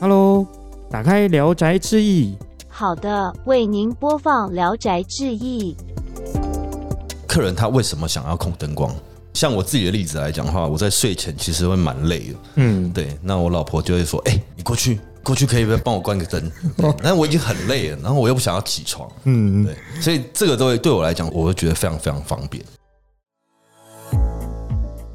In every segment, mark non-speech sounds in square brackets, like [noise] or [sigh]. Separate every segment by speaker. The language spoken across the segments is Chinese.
Speaker 1: Hello，打开《聊斋志异》。
Speaker 2: 好的，为您播放《聊斋志异》。
Speaker 3: 客人他为什么想要控灯光？像我自己的例子来讲的话，我在睡前其实会蛮累的。
Speaker 1: 嗯，
Speaker 3: 对，那我老婆就会说：“哎、你过去，过去可以不要帮我关个灯？”对但我已经很累了，然后我又不想要起床。
Speaker 1: 嗯
Speaker 3: 嗯，对，所以这个都会对我来讲，我会觉得非常非常方便。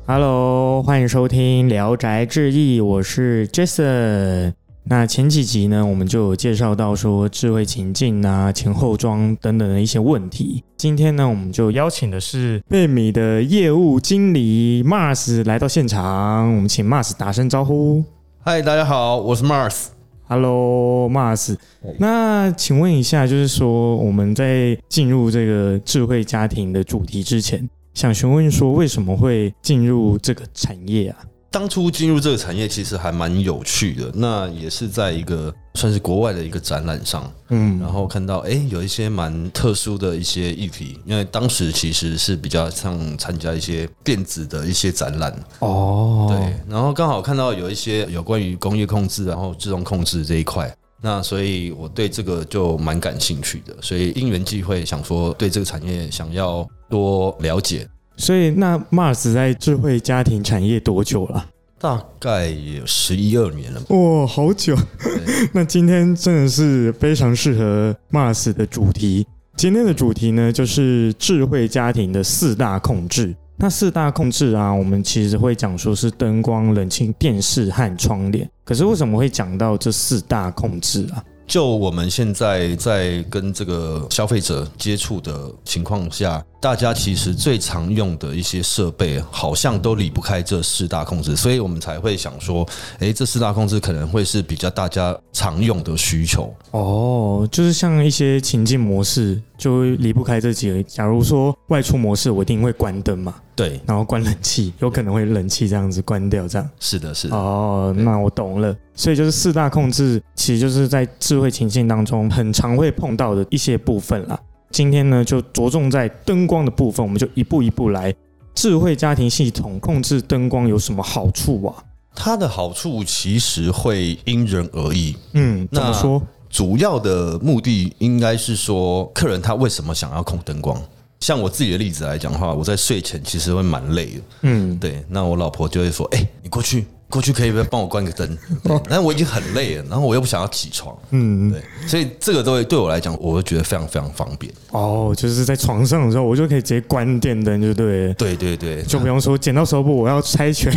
Speaker 1: Hello，欢迎收听《聊斋志异》，我是 Jason。那前几集呢，我们就有介绍到说智慧情境啊、前后装等等的一些问题。今天呢，我们就邀请的是贝米的业务经理 Mars 来到现场，我们请 Mars 打声招呼。
Speaker 3: 嗨，大家好，我是 Mars。
Speaker 1: Hello，Mars。那请问一下，就是说我们在进入这个智慧家庭的主题之前，想询问说为什么会进入这个产业啊？
Speaker 3: 当初进入这个产业其实还蛮有趣的，那也是在一个算是国外的一个展览上，
Speaker 1: 嗯
Speaker 3: 然后看到哎、诶有一些蛮特殊的一些议题，因为当时其实是比较像参加一些电子的一些展览，
Speaker 1: 哦，
Speaker 3: 对，然后刚好看到有一些有关于工业控制，然后自动控制这一块。那所以我对这个就蛮感兴趣的，所以因缘际会想说对这个产业想要多了解，
Speaker 1: 所以那 Mars 在智慧家庭产业多久了？
Speaker 3: 大概有十一二年了吧。
Speaker 1: 哇、好久！ [laughs] 那今天真的是非常适合 Mars 的主题。今天的主题呢，就是智慧家庭的四大控制。那四大控制啊，我们其实会讲说是灯光、冷气、电视和窗帘。可是为什么会讲到这四大控制啊？
Speaker 3: 就我们现在在跟这个消费者接触的情况下，大家其实最常用的一些设备，好像都离不开这四大控制，所以我们才会想说，诶，这四大控制可能会是比较大家常用的需求。
Speaker 1: 哦，就是像一些情境模式，就会离不开这几个。假如说外出模式，我一定会关灯嘛，
Speaker 3: 对，
Speaker 1: 然后关冷气，有可能会冷气这样子关掉这样。
Speaker 3: 是的，是的。
Speaker 1: 哦，那我懂了。所以就是四大控制，其实就是在智慧情境当中很常会碰到的一些部分啦。今天呢，就着重在灯光的部分，我们就一步一步来。智慧家庭系统控制灯光有什么好处啊？
Speaker 3: 它的好处其实会因人而异，
Speaker 1: 嗯，怎么
Speaker 3: 那
Speaker 1: 说？
Speaker 3: 主要的目的应该是说，客人他为什么想要控灯光。像我自己的例子来讲的话，我在睡前其实会蛮累的，
Speaker 1: 嗯，
Speaker 3: 对，那我老婆就会说：“哎、你过去，过去可以不要帮我关个灯？”对但我已经很累了，然后我又不想要起床，
Speaker 1: 嗯，
Speaker 3: 对，所以这个都会对我来讲，我会觉得非常非常方便。
Speaker 1: 哦，就是在床上的时候，我就可以直接关电灯，就对了。
Speaker 3: 对对对，
Speaker 1: 就不用说剪刀手布，我要猜 [laughs] 拳，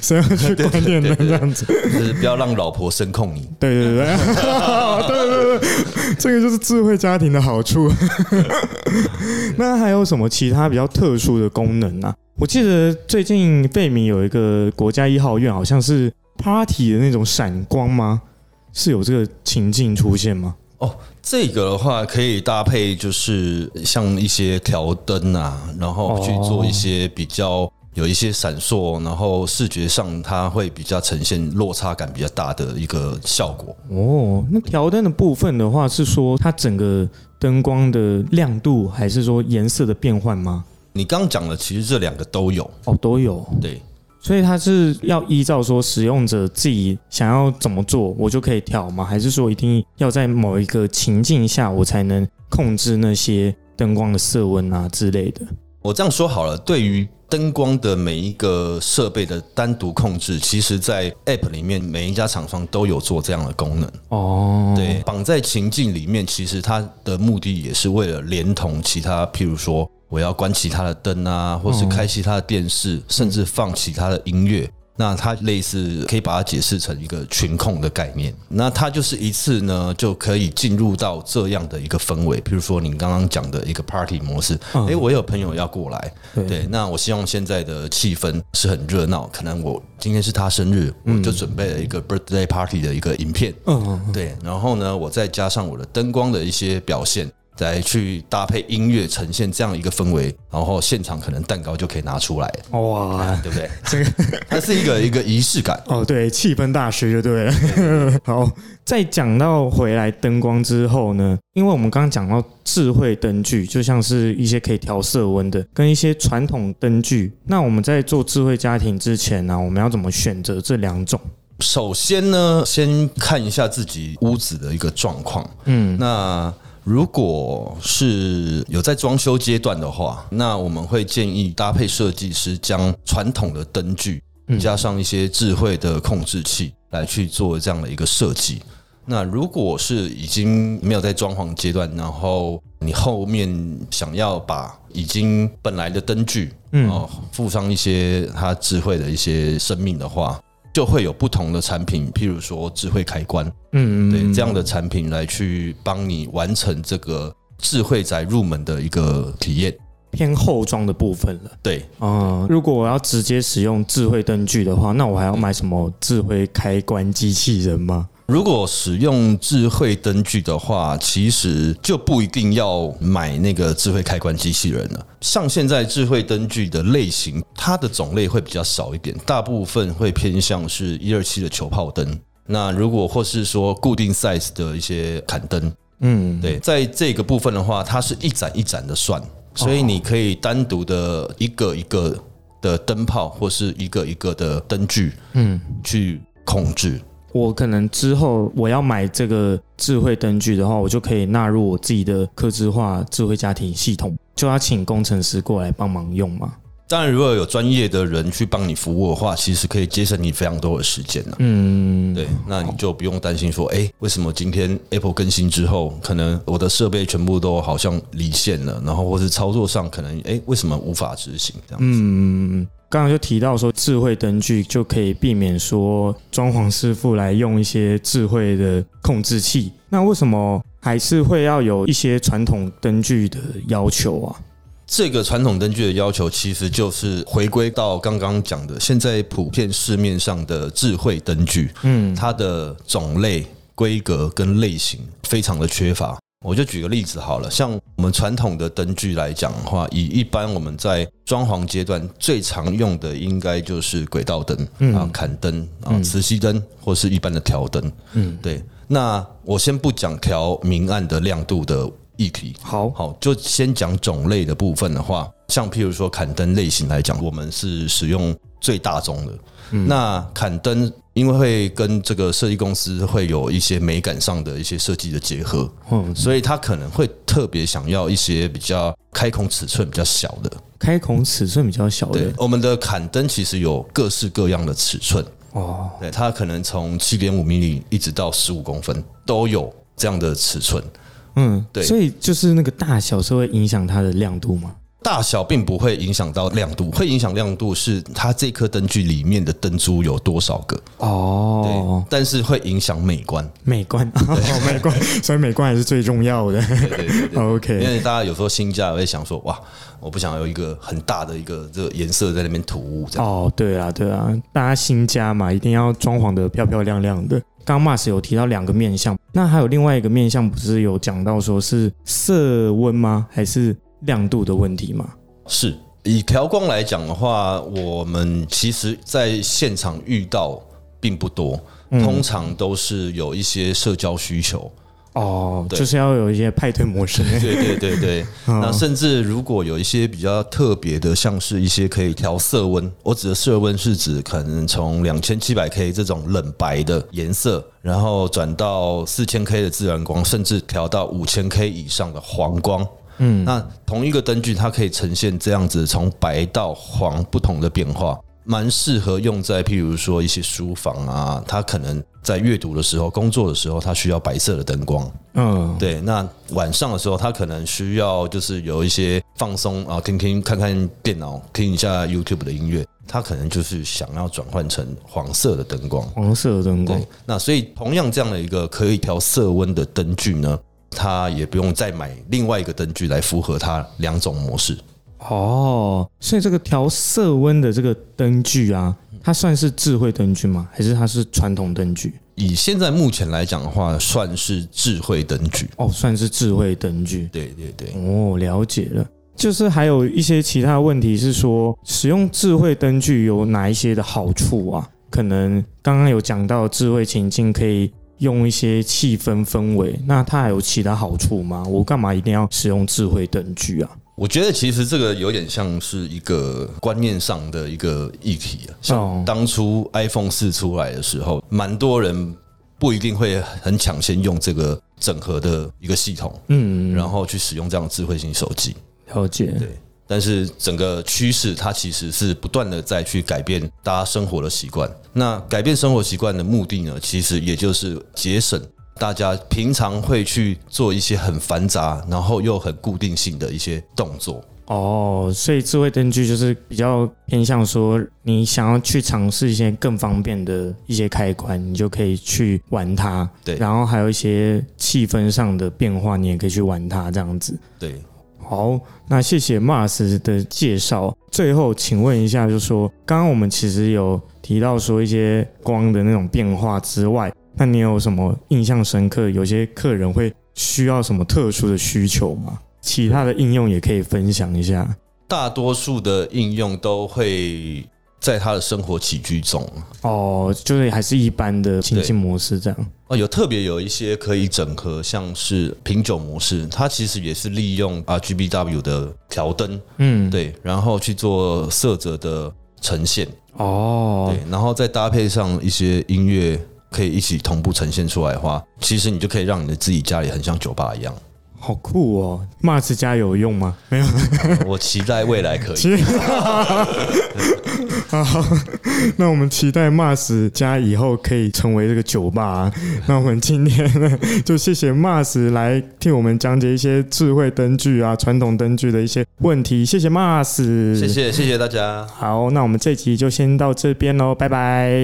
Speaker 1: 谁要
Speaker 3: [laughs]
Speaker 1: 去关电灯这样子。
Speaker 3: 就是不要让老婆声控你。
Speaker 1: 对 [laughs] 对对，对对对，这个就是智慧家庭的好处。 [laughs] 那还有什么其他比较特殊的功能呢、啊？我记得最近贝米有一个国家一号院，好像是 party 的那种闪光吗？是有这个情境出现吗？
Speaker 3: 哦，这个的话可以搭配，就是像一些调灯啊，然后去做一些比较有一些闪烁，然后视觉上它会比较呈现落差感比较大的一个效果。
Speaker 1: 哦，那调灯的部分的话，是说它整个灯光的亮度，还是说颜色的变换吗？
Speaker 3: 你刚讲的其实这两个都有，
Speaker 1: 哦，都有。
Speaker 3: 对
Speaker 1: 所以它是要依照说使用者自己想要怎么做，我就可以调吗？还是说一定要在某一个情境下，我才能控制那些灯光的色温啊之类的？
Speaker 3: 我这样说好了，对于。灯光的每一个设备的单独控制，其实，在 App 里面每一家厂商都有做这样的功能。
Speaker 1: 哦，
Speaker 3: 对，，绑在情境里面，其实它的目的也是为了连同其他，譬如说我要关其他的灯啊，或是开其他的电视，甚至放其他的音乐。那它类似可以把它解释成一个群控的概念，那它就是一次呢就可以进入到这样的一个氛围，譬如说你刚刚讲的一个 party 模式，
Speaker 1: 嗯
Speaker 3: 诶，我有朋友要过来，
Speaker 1: 对
Speaker 3: 对，那我希望现在的气氛是很热闹，可能我今天是他生日，我就准备了一个 birthday party 的一个影片，
Speaker 1: 嗯，
Speaker 3: 对，然后呢，我再加上我的灯光的一些表现，再去搭配音乐，呈现这样一个氛围，然后现场可能蛋糕就可以拿出来， [laughs]
Speaker 1: 哇，
Speaker 3: 对不对？
Speaker 1: 这个
Speaker 3: 它是一个一个仪式感。
Speaker 1: 哦，对，气氛大师就对了。好，再讲到回来灯光之后呢，因为我们刚刚讲到智慧灯具，就像是一些可以调色温的，跟一些传统灯具。那我们在做智慧家庭之前呢、我们要怎么选择这两种？
Speaker 3: 首先呢，先看一下自己屋子的一个状况。
Speaker 1: 嗯，
Speaker 3: 那如果是有在装修阶段的话，那我们会建议搭配设计师将传统的灯具
Speaker 1: 嗯
Speaker 3: 加上一些智慧的控制器来去做这样的一个设计。那如果是已经没有在装潢阶段，然后你后面想要把已经本来的灯具，嗯、哦，附上一些它智慧的一些生命的话，就会有不同的产品，譬如说智慧开关，
Speaker 1: 嗯，
Speaker 3: 对这样的产品来去帮你完成这个智慧宅入门的一个体验。
Speaker 1: 偏后装的部分了。
Speaker 3: 对，
Speaker 1: 嗯，如果我要直接使用智慧灯具的话，那我还要买什么智慧开关机器人吗？
Speaker 3: 如果使用智慧灯具的话，其实就不一定要买那个智慧开关机器人了。像现在智慧灯具的类型，它的种类会比较少一点，大部分会偏向是一二七的球泡灯。那如果或是说固定 size 的一些砍灯，
Speaker 1: 嗯，
Speaker 3: 对，在这个部分的话，它是一盏一盏的算，所以你可以单独的一个一个的灯泡或是一个一个的灯具，嗯，去控制。
Speaker 1: 我可能之后我要买这个智慧灯具的话，我就可以纳入我自己的客制化智慧家庭系统，就要请工程师过来帮忙用嘛。
Speaker 3: 当然，如果有专业的人去帮你服务的话，其实可以节省你非常多的时间呢、啊
Speaker 1: 嗯，
Speaker 3: 对，那你就不用担心说，哎、为什么今天 Apple 更新之后，可能我的设备全部都好像离线了，然后或是操作上可能，哎、为什么无法执行这样？
Speaker 1: 嗯，刚刚就提到说智慧灯具就可以避免说装潢师傅来用一些智慧的控制器，那为什么还是会要有一些传统灯具的要求啊？
Speaker 3: 这个传统灯具的要求，其实就是回归到刚刚讲的，现在普遍市面上的智慧灯具，
Speaker 1: 嗯，
Speaker 3: 它的种类、规格跟类型非常的缺乏。我就举个例子好了，像我们传统的灯具来讲的话，以一般我们在装潢阶段最常用的，应该就是轨道灯、啊、砍灯啊、磁吸灯或是一般的条灯。嗯，对。那我先不讲调明暗的亮度的议题，
Speaker 1: 好，
Speaker 3: 好，就先讲种类的部分的话，像譬如说砍灯类型来讲，我们是使用最大宗的。
Speaker 1: 嗯
Speaker 3: 那砍灯因为会跟这个设计公司会有一些美感上的一些设计的结合，
Speaker 1: 嗯，
Speaker 3: 所以他可能会特别想要一些比较开孔尺寸比较小的。
Speaker 1: 开孔尺寸比较小
Speaker 3: 对
Speaker 1: 的，
Speaker 3: 我们的砍灯其实有各式各样的尺寸，
Speaker 1: 哦，
Speaker 3: 对，它可能从七点五米一直到十五公分都有这样的尺寸。
Speaker 1: 嗯，
Speaker 3: 对
Speaker 1: 所以就是那个大小是会影响它的亮度吗？
Speaker 3: 大小并不会影响到亮度，会影响亮度是它这颗灯具里面的灯珠有多少个，对，
Speaker 1: 哦，
Speaker 3: 但是会影响美观。
Speaker 1: 美观，哦美观，所以美观还是最重要的。
Speaker 3: 对对对对。
Speaker 1: [laughs]
Speaker 3: 因
Speaker 1: OK，
Speaker 3: 为大家有时候新家会想说，哇，我不想有一个很大的一个这个颜色在那边突兀这样。
Speaker 1: 哦，对啊，对啊，大家新家嘛，一定要装潢的漂漂亮亮的。刚刚 Mas 有提到两个面相，那还有另外一个面相，不是有讲到说是色温吗？还是亮度的问题吗？
Speaker 3: 是以调光来讲的话，我们其实在现场遇到并不多，
Speaker 1: 嗯
Speaker 3: 通常都是有一些社交需求。
Speaker 1: 哦，
Speaker 3: 对
Speaker 1: 就是要有一些派对模式。
Speaker 3: 对对对对， [laughs]
Speaker 1: 嗯
Speaker 3: 那甚至如果有一些比较特别的，像是一些可以调色温，我指的色温是指可能从两千七百 K 这种冷白的颜色，然后转到四千 K 的自然光，甚至调到五千 K 以上的黄光。嗯，那同一个灯具，它可以呈现这样子从白到黄不同的变化，蛮适合用在譬如说一些书房啊，它可能在阅读的时候、工作的时候，它需要白色的灯光。
Speaker 1: 嗯，
Speaker 3: 对，那晚上的时候，他可能需要就是有一些放松啊，听听看看电脑，听一下 YouTube 的音乐，他可能就是想要转换成黄色的灯光。
Speaker 1: 黄色的灯光
Speaker 3: 对。，那所以同样这样的一个可以调色温的灯具呢，它也不用再买另外一个灯具来符合它两种模式。
Speaker 1: 哦，所以这个调色温的这个灯具啊，它算是智慧灯具吗？还是它是传统灯具？
Speaker 3: 以现在目前来讲的话，算是智慧灯具。
Speaker 1: 哦，算是智慧灯具。
Speaker 3: 对对对，
Speaker 1: 哦，了解了。就是还有一些其他的问题是说，使用智慧灯具有哪一些的好处啊？可能刚刚有讲到智慧情境可以用一些气氛氛围，那它还有其他好处吗？我干嘛一定要使用智慧灯具啊？
Speaker 3: 我觉得其实这个有点像是一个观念上的一个议题啊。
Speaker 1: 哦
Speaker 3: 像当初 iPhone 四出来的时候，蛮多人不一定会很抢先用这个整合的一个系统，
Speaker 1: 嗯，
Speaker 3: 然后去使用这样的智慧型手机。
Speaker 1: 了解，
Speaker 3: 对，但是整个趋势它其实是不断的在去改变大家生活的习惯。那改变生活习惯的目的呢，其实也就是节省大家平常会去做一些很繁杂，然后又很固定性的一些动作。
Speaker 1: 哦，所以智慧灯具就是比较偏向说，你想要去尝试一些更方便的一些开关，你就可以去玩它。
Speaker 3: 对
Speaker 1: 然后还有一些气氛上的变化，你也可以去玩它这样子。
Speaker 3: 对，
Speaker 1: 好，那谢谢 Mars 的介绍。最后，请问一下，就说刚刚我们其实有提到说一些光的那种变化之外，那你有什么印象深刻？有些客人会需要什么特殊的需求吗？其他的应用也可以分享一下。
Speaker 3: 大多数的应用都会在他的生活起居中。
Speaker 1: 哦，就是还是一般的情境模式这样。
Speaker 3: 哦，有特别有一些可以整合，像是品酒模式，它其实也是利用 RGBW 的调灯，
Speaker 1: 嗯，。
Speaker 3: 对，然后去做色泽的呈现，
Speaker 1: 哦
Speaker 3: 对，，然后再搭配上一些音乐，可以一起同步呈现出来的话，其实你就可以让你的自己家里很像酒吧一样。
Speaker 1: 好酷哦！Mars 家有用吗？没有。
Speaker 3: 我期待未来可以。 [laughs]
Speaker 1: 其实，好，那我们期待 Mars 家以后可以成为这个酒吧、啊。那我们今天呢，就谢谢 Mars 来替我们讲解一些智慧灯具啊、传统灯具的一些问题。谢谢 Mars，
Speaker 3: 谢。谢谢谢大家。
Speaker 1: 好，那我们这集就先到这边喽，拜拜。